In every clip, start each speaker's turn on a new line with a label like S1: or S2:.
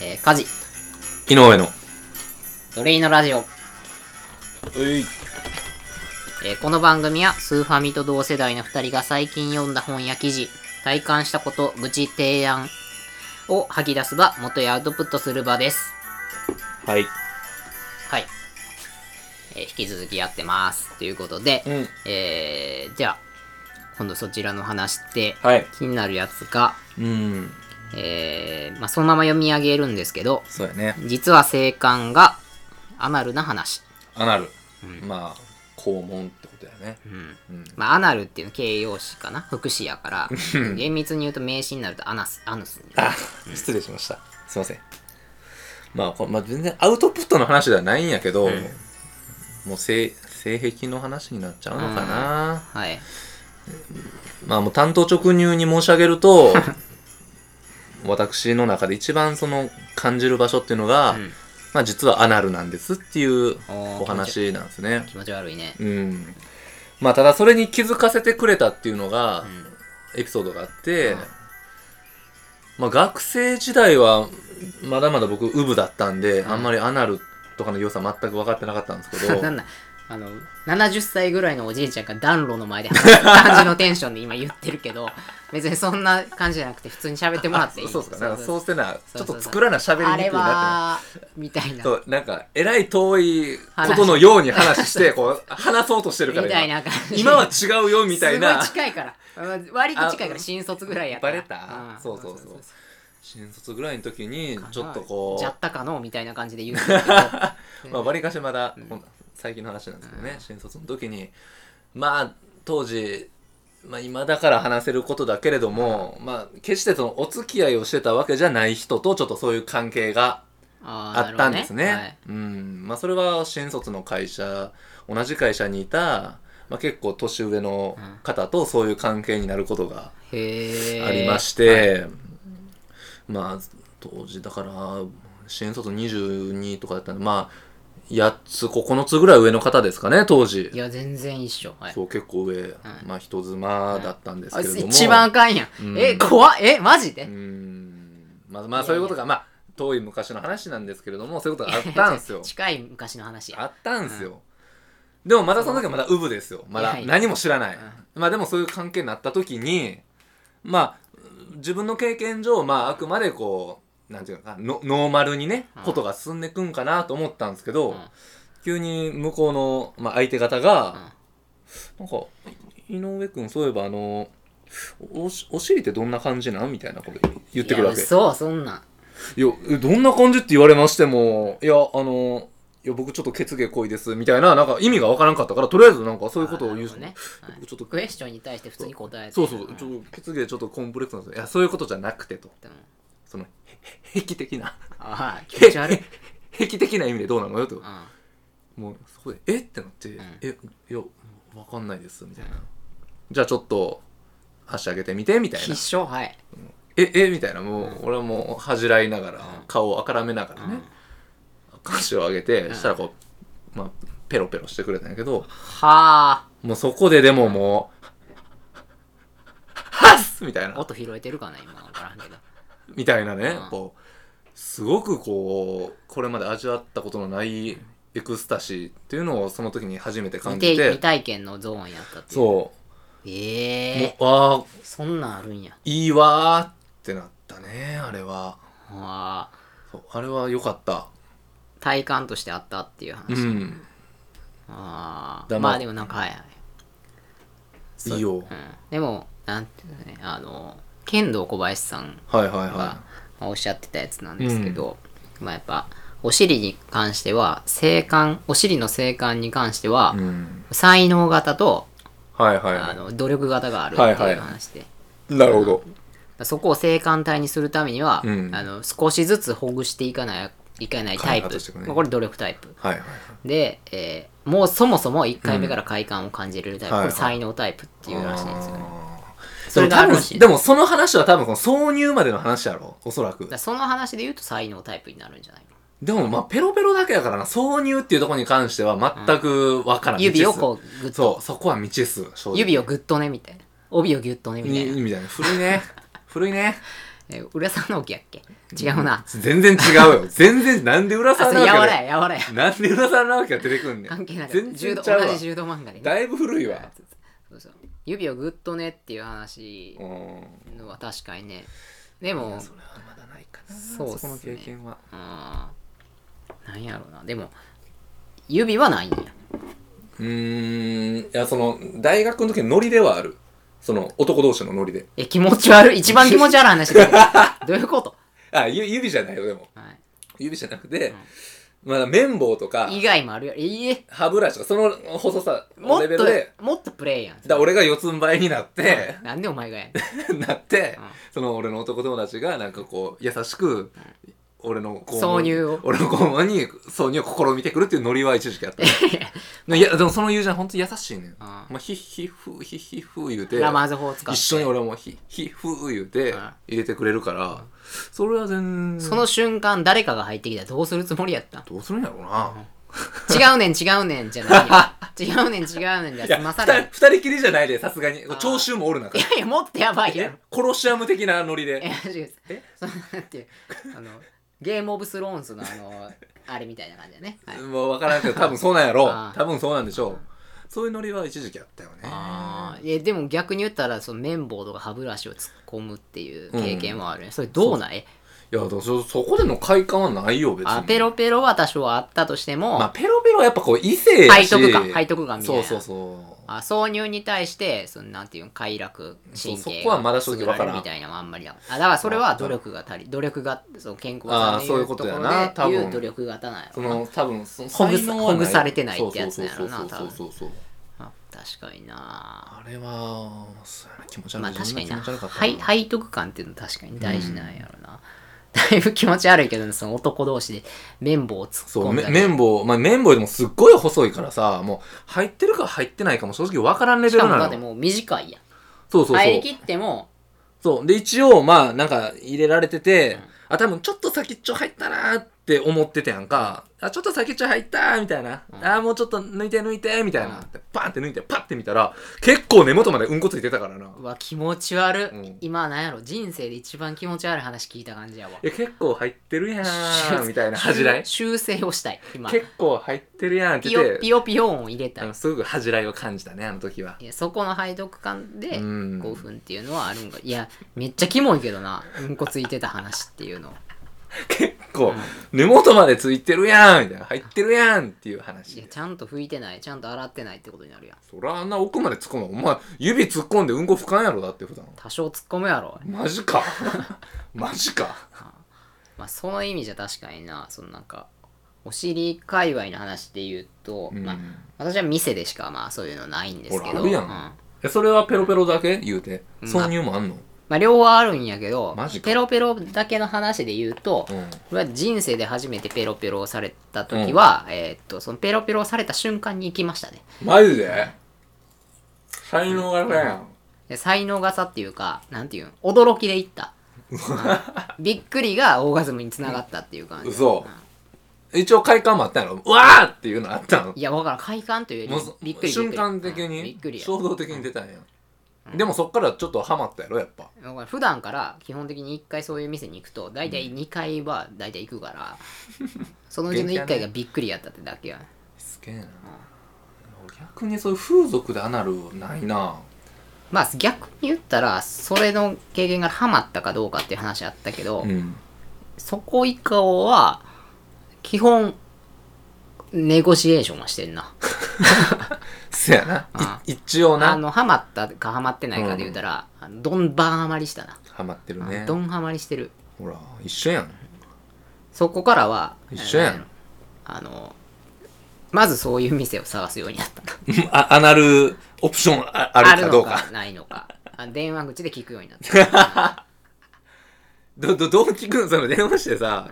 S1: えー、家事、
S2: 井上の。
S1: 奴隷のラジオ。
S2: えい。
S1: えーこの番組はスーファミと同世代の2人が最近読んだ本や記事、体感したこと、愚痴、提案を吐き出す場、元へアウトプットする場です。
S2: はい。
S1: はい。えー引き続きやってます。ということで、
S2: うん
S1: えー、じゃあ、今度そちらの話で、
S2: はい。
S1: 気になるやつが、
S2: うん。
S1: えー、まあ、そのまま読み上げるんですけど、
S2: そうやね。
S1: 実は性感がアナルな話。
S2: アナル。
S1: うん
S2: まあ、肛門ってことやね。
S1: うん。
S2: うん。
S1: まあ、アナルっていうのは形容詞かな副詞やから、厳密に言うと名詞になるとアナス、アヌスになる。
S2: あ、失礼しました。すいません。まあ、これまあ、全然アウトプットの話ではないんやけど、
S1: うん
S2: もう性、性癖の話になっちゃうのかな。
S1: はい。
S2: まあ、もう単刀直入に申し上げる と、私の中で一番その感じる場所っていうのが、
S1: うん
S2: まあ実はアナルなんですっていう
S1: おー
S2: お話なんですね。
S1: 気持ち悪いね。
S2: うん。まあただそれに気づかせてくれたっていうのが
S1: うん。
S2: エピソードがあって、
S1: うん
S2: まあ学生時代はまだまだ僕ウブだったんで、
S1: ん
S2: あんまりアナルとかの良さ全く分かってなかったんですけ ど、
S1: なんだあの、70歳ぐらいのおじいちゃんが暖炉の前で話す感じのテンションで今言ってるけど、別にそんな感じじゃなくて普通に喋ってもらっていい
S2: そうですか。なんかそううせな、ち
S1: そ
S2: ょ
S1: う
S2: っ
S1: そう
S2: と作らな喋りにくいな
S1: あ
S2: っ
S1: れ
S2: てな。
S1: は、みたいな。
S2: そう、なんか、えらい遠いことのように話して、こう、話そうとしてる
S1: み
S2: から
S1: たい
S2: 今
S1: な感じ。
S2: 今は違うよ、みたいな。
S1: すごい近いから。うん割と近いから、新卒ぐらいやったら。
S2: バレた
S1: ん
S2: そうそうそう新卒ぐらいの時に、ちょっと
S1: じゃっ
S2: こ
S1: たかのみたいな感じで言うんだけど。
S2: う、まあ、割かしまだ、ほん最近の話なんですけどね、新卒の時に、まあ、当時、まあ、今だから話せることだけれども、まあ、決してその、お付き合いをしてたわけじゃない人と、ちょっとそういう関係が
S1: あー
S2: あっ
S1: な
S2: た
S1: るほど
S2: んですね。うん。まあ、それは新卒の会社、同じ会社にいた、まあ、結構年上の方とそういう関係になることが
S1: はいへえ。
S2: ありまして、まあ、当時だから、新卒22とかだったんで、まあ、8つ、9つぐらい上の方ですかね、当時
S1: い。や、全然一緒。はい。
S2: そう、結構上、まあ、人妻だったんです
S1: あ
S2: け
S1: い
S2: れ
S1: つ
S2: ども。
S1: 一番あかんや
S2: うん
S1: ん。え、怖っえ、マジ
S2: う
S1: で
S2: ん。まあ、まあ、そういうことが、まあ、遠い昔の話なんですけれども、そういうことがあっ
S1: いや
S2: たんですよ。
S1: 近い昔の話
S2: あ
S1: や。
S2: ったんすよ、でもまだその時はまだウブですよま
S1: い
S2: だ
S1: やいや
S2: 何も知らない、まあでもそういう関係になった時にまあ自分の経験上まああくまでこうなんていうのかのノーマルにね
S1: うん
S2: ことが進んでくんかなと思ったんですけど、
S1: うん
S2: 急に向こうの、まあ、相手方
S1: うん
S2: が、なんか「井上君そういえばあのおしお尻ってどんな感じなん?」みたいなこと言ってくるわけ。
S1: そう、そんなん。
S2: いや、えどんな感じって言われましても、いや、あの、いや、僕ちょっと血芸濃いです、みたいな、なんか意味がわからんかったから、とりあえずなんかそういうことを言う
S1: あーなるほどね
S2: 僕ちょっと、
S1: クエスチョンに対して普通に答えて。
S2: そうそう、
S1: ん
S2: ちょっと血芸ちょっとコンプレックスなんですよ。いや、そういうことじゃなくてと。
S1: でも
S2: その、へ癖的な、
S1: ああ、気持ち 悪い。
S2: 癖的な意味でどうなのよと
S1: う。ん
S2: もう、そこで、えってなって、
S1: ん
S2: え、いや、わかんないです、みたいな。じゃあちょっと、足上げてみて、みたい
S1: 必
S2: な。
S1: 勝、はい。
S2: え、え、みたいな、もう、俺はもう恥じらいながら、顔をあからめながらね。歌手を上げて、したらこう、まあ、ペロペロしてくれたんやけど、
S1: はあ、
S2: もうそこででももう、はっすみたいな、
S1: 音拾えてるかな今、わからんけど。
S2: みたいなね
S1: う、ん
S2: こう、すごくこう、これまで味わったことのないエクスタシーっていうのをその時に初めて感じ
S1: 未定未
S2: て、
S1: 体験のゾーンやったっていう。
S2: そ
S1: え
S2: う、も
S1: え
S2: う、わあ、
S1: そんなんあるんや。
S2: いいわーってなったね、あれは。
S1: ああ、
S2: そうあれは良かった。
S1: 体感としてあったっていう
S2: う
S1: 話。
S2: ん、
S1: あ
S2: だ
S1: あ、
S2: まあ
S1: まあでもなんか、はいはい。
S2: いい
S1: う
S2: よ
S1: ん。でも、なんていうのね、あの、剣道小林さん
S2: はいはい
S1: が
S2: は、
S1: まあ、おっしゃってたやつなんですけど、まあやっぱ、お尻に関しては、性感、お尻の性感に関しては、
S2: い。うん、
S1: 才能型と、
S2: はいはい
S1: あ
S2: は
S1: の、努力型があるっていう話で。
S2: はいはいい。なるほど。
S1: そこを性感帯にするためには、
S2: うん
S1: あの少しずつほぐしていかないいかないタイ
S2: 開
S1: プ、
S2: 発していくね
S1: まあこれ努力タイプ
S2: はいはいはい。
S1: で、えーもうそもそも1回目から快感を感じれるタイプ、
S2: はい
S1: これ才能タイプっていうらしいんですよね、そ
S2: そ
S1: れ
S2: れ
S1: があ
S2: 多
S1: る
S2: 分
S1: らしい
S2: でもその話は多分その挿入までの話やろおそらく
S1: だからその話で言うと才能タイプになるんじゃないの
S2: でもまあペロペロだけやからな挿入っていうところに関しては全くわからん、
S1: 指を
S2: 未知数
S1: こうグッ
S2: そ
S1: と
S2: うそこは未知数正直
S1: 指をグッとねみたいな帯をギュッとねみたい
S2: に
S1: な
S2: みたいな古いね古いね
S1: えー浦沢直樹やっけ違うな。
S2: 全然違うよ。全然、なんで浦
S1: あ、そ
S2: 沢
S1: れ、
S2: 直
S1: や
S2: 樹
S1: わ
S2: が
S1: らや、やわらや。
S2: なんで浦沢直樹が出てくんねん。
S1: 関係ない。
S2: 全
S1: 柔
S2: 然
S1: 道
S2: ちゃうわ
S1: 同じ柔道漫画でね。
S2: だいぶ古いわ。
S1: そうそう指をグッとねっていう話
S2: うん。
S1: のは確かにね。でも、
S2: それはまだないかな。
S1: そうっすね
S2: この経験は。
S1: うん。なんやろうな。でも、指はないんや。
S2: うーん。いや、その、大学の時のノリではある。その、男同士のノリで。
S1: え、気持ち悪い。一番気持ち悪い話して くる。どういうこと
S2: あ、ゆ指じゃないよ、でも。
S1: は
S2: 指じゃなくて、まあ、綿棒とか
S1: い。、以外もあるやろ。いいえ。
S2: 歯ブラシとか、その細さ
S1: も
S2: の
S1: っ
S2: レベ
S1: と
S2: ルで、、
S1: もっとプレイやん。
S2: だから俺が四つん這いになって、
S1: なんでお前がやねん。
S2: なって、
S1: うん
S2: その俺の男友達がなんかこう優しく俺の肛
S1: 挿入を
S2: 俺の肛門に挿入を試みてくるっていうノリは一時期あっ たいやでもその友人は本当に優しいねん、まあ、ヒッヒッフーヒッヒッフー言うて
S1: ラマーズ法を使って。
S2: 一緒に俺もヒッヒッフー言うて
S1: うん
S2: 入れてくれるからそれは全然
S1: その瞬間、誰かが入ってきたらどうするつもりや ったん
S2: どうするんやろうな、
S1: 違うねん、違うねん、じゃない よ。違うねん、違うねん、じゃ
S2: いや
S1: 済まされへん。い
S2: 二人二人きりじゃないでさすがに
S1: ー
S2: 聴衆もおる中で
S1: やいや、もっとやばいや
S2: え
S1: ろ。
S2: コロシアム的なノリ
S1: いや
S2: で、
S1: 違う
S2: え
S1: そのなんていうあのゲームオブスローンズのあのあれみたいな感じだね、はい、
S2: もう分からんけど多分そうなんやろ
S1: あー
S2: 多分そうなんでしょうそういうノリは一時期あったよね
S1: あーいやでも逆に言ったらその綿棒とか歯ブラシを突っ込むっていう経験はあるね、それどうない
S2: いや、でもそ、そこでの快感はないよ、別に。
S1: あペロペロは多少あったとしても、
S2: まあ、ペロペロはやっぱこう、異性や
S1: 背
S2: し。
S1: 徳感背徳感みたい
S2: そう
S1: な
S2: そうそう。
S1: あ挿入に対してそのなんていうの快楽神
S2: そうそ
S1: 経
S2: こはまだ
S1: が
S2: 正
S1: 優
S2: 直
S1: れ
S2: わからん
S1: るみたいなのはあんまりだあだからそれは努力が足り努力がその健康さ
S2: あー
S1: んの
S2: そう
S1: い
S2: いううこと
S1: こ
S2: とや
S1: ろ
S2: な
S1: で
S2: 多分
S1: いう努力型なんや
S2: そ
S1: ろな
S2: の、多分、その
S1: ほぐ
S2: 才能は
S1: ほぐされてないってやつなんやろな
S2: そうそうそうそうそうそう。
S1: あ確かにな
S2: あれは、そうやな、気持ち悪い。
S1: まあ確かに
S2: 自
S1: な
S2: 分が気持ち悪かった
S1: はい背徳感っていうの確かに大事なんやろな、だいぶ気持ち悪いけどねその男同士で綿棒を突っ
S2: そう、
S1: 込んだ
S2: め
S1: り
S2: 綿棒、まあ、綿棒でもすっごい細いからさ、もう、入ってるか入ってないかも正直わからんレ
S1: し
S2: ベル
S1: かもだ
S2: な
S1: って
S2: の。
S1: もう短いやん
S2: そうそうそ
S1: 入り
S2: う
S1: き。っても
S2: そう。で、一応、まあ、なんか、入れられてて、あ、多分、ちょっと先っちょ入ったなーって思っててやんか、あ、ちょっと先っちょ入ったーみたいな、あー、もうちょっと抜いて抜いてみたいな、
S1: うん
S2: でパンって抜いて、パッて見たら、結構根元までうんこついてたからな。
S1: うわ気持ち悪、
S2: うん
S1: 今なんやろ人生で一番気持ち悪い話聞いた感じやわ
S2: え、結構入ってるやーん、 みたいな、恥じらい。
S1: 修正をしたい今
S2: 結構入ってるやんって
S1: ピ
S2: 言っ
S1: ヨ
S2: て
S1: ピ、ヨピヨ音を入れた
S2: あ
S1: い、
S2: のすごく恥じらいを感じたね、あの時は。
S1: いやそこの背徳感で
S2: うん
S1: 興奮っていうのはあるんかいやめっちゃキモいけどなうんこついてた話っていうの
S2: 結構、根元までついてるやんみたいな、入ってるやんっていう
S1: い
S2: 話
S1: や。ちゃんと拭いてないちゃんと洗ってないってことになるやん
S2: そらあんな奥まで突っ込むお前、指突っ込んでうんこ拭かんやろ、だって普段。
S1: 多少突っ込むやろ
S2: マジ かマジか
S1: まあその意味じゃ確かになそのなんかお尻界隈の話で言うと、
S2: うん
S1: まあ、私は店でしかまあそういうのないんですけ
S2: ほら
S1: ど
S2: あるやん
S1: うんま
S2: えそれはペロペロだけ言うて
S1: うん
S2: 挿入もあんの、
S1: あ、両方あるんやけど
S2: マジか
S1: ペロペロだけの話で言うと、
S2: うん
S1: これは人生で初めてペロペロをされた時は、えーっとそのペロペロをされた瞬間に行きましたね
S2: マジで才能がやん
S1: で才能がさっていうかなんていうん驚きで行 った、うんびっくりがオーガズムにつながったっていう感じ
S2: 嘘一応快感もあったんやろうわーっていうのあったの
S1: いやわからん快感というよ
S2: も
S1: りび
S2: う
S1: っくりびっくり
S2: 瞬間的
S1: うんびっ
S2: に
S1: くりや
S2: 衝動的に出たんや、でもそっからちょっとハマったやろやっぱ
S1: だから普段から基本的に1回そういう店に行くと大体2回は大体行く から、そのうちの1回がびっくりやったってだけや
S2: すげえな、俺逆にそういう風俗でアナルないな
S1: まあ逆に言ったらそれの経験がハマったかどうかっていう話あったけど、
S2: ん
S1: そこ以下は基本ネゴシエーションはしてんな
S2: せやな
S1: あ
S2: い一応
S1: あ
S2: な
S1: のハマったかハマってないかで言ったら、あのどんばんハマりしたな、
S2: ハマってる
S1: あ
S2: ね
S1: どんハマりしてる
S2: ほら一緒やん
S1: そこからは
S2: 一緒やん
S1: あのまずそういう店を探すようになった
S2: うん あアナルオプションああるかどうか
S1: のないのかあ電話口で聞くようになった
S2: どどどう聞くのその電話してさ、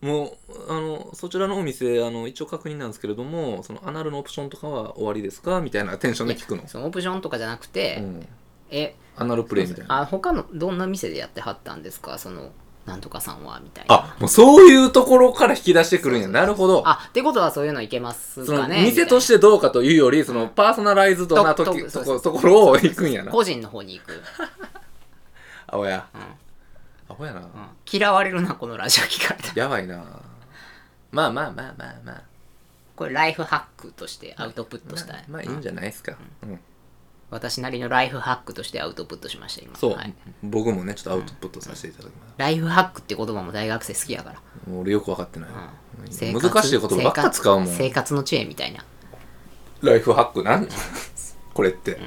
S2: もうあのそちらのお店あの一応確認なんですけれどもそのアナルのオプションとかは終わりですかみたいなテンションで聞くの、
S1: そのオプションとかじゃなくて、
S2: うん、
S1: え
S2: アナルプレイみたいな
S1: あ他のどんな店でやってはったんですかそのなんとかさんはみたいな
S2: あもうそういうところから引き出してくるんやなるほど
S1: あってことはそういうのいけます
S2: そ
S1: か
S2: の
S1: ね
S2: 店と
S1: し
S2: してどうかというよりそのパーソナライズドな
S1: と
S2: と
S1: と
S2: きと
S1: そう
S2: こそころを行くんやな
S1: 個人の方に行く
S2: 青や、
S1: ん
S2: あホやな、
S1: うん嫌われるな、このラジオ聞か れたら。
S2: やばいなまあまあまあまあまあ
S1: これライフハックとしてアウトプットしたい。
S2: まあいいんじゃないですか、うん
S1: 私なりのライフハックとしてアウトプットしました、今。
S2: そう、
S1: はい
S2: 僕もねちょっとアウトプットさせていただきます、
S1: ライフハックって言葉も大学生好きやから。
S2: もう俺よく分かってない、
S1: うん
S2: 難しい言葉ばっか使うもん
S1: 生活生活の知恵みたいな。
S2: ライフハックなんこれって、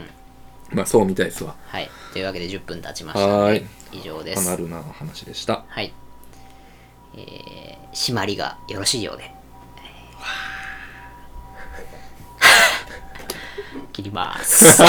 S2: まあそうみたいですわ
S1: はい。というわけで10分経ちましたの
S2: は
S1: で、
S2: ーい
S1: 以上で
S2: かな
S1: す。
S2: るな話でした
S1: はい。えー、締まりがよろしいようで。 切ります。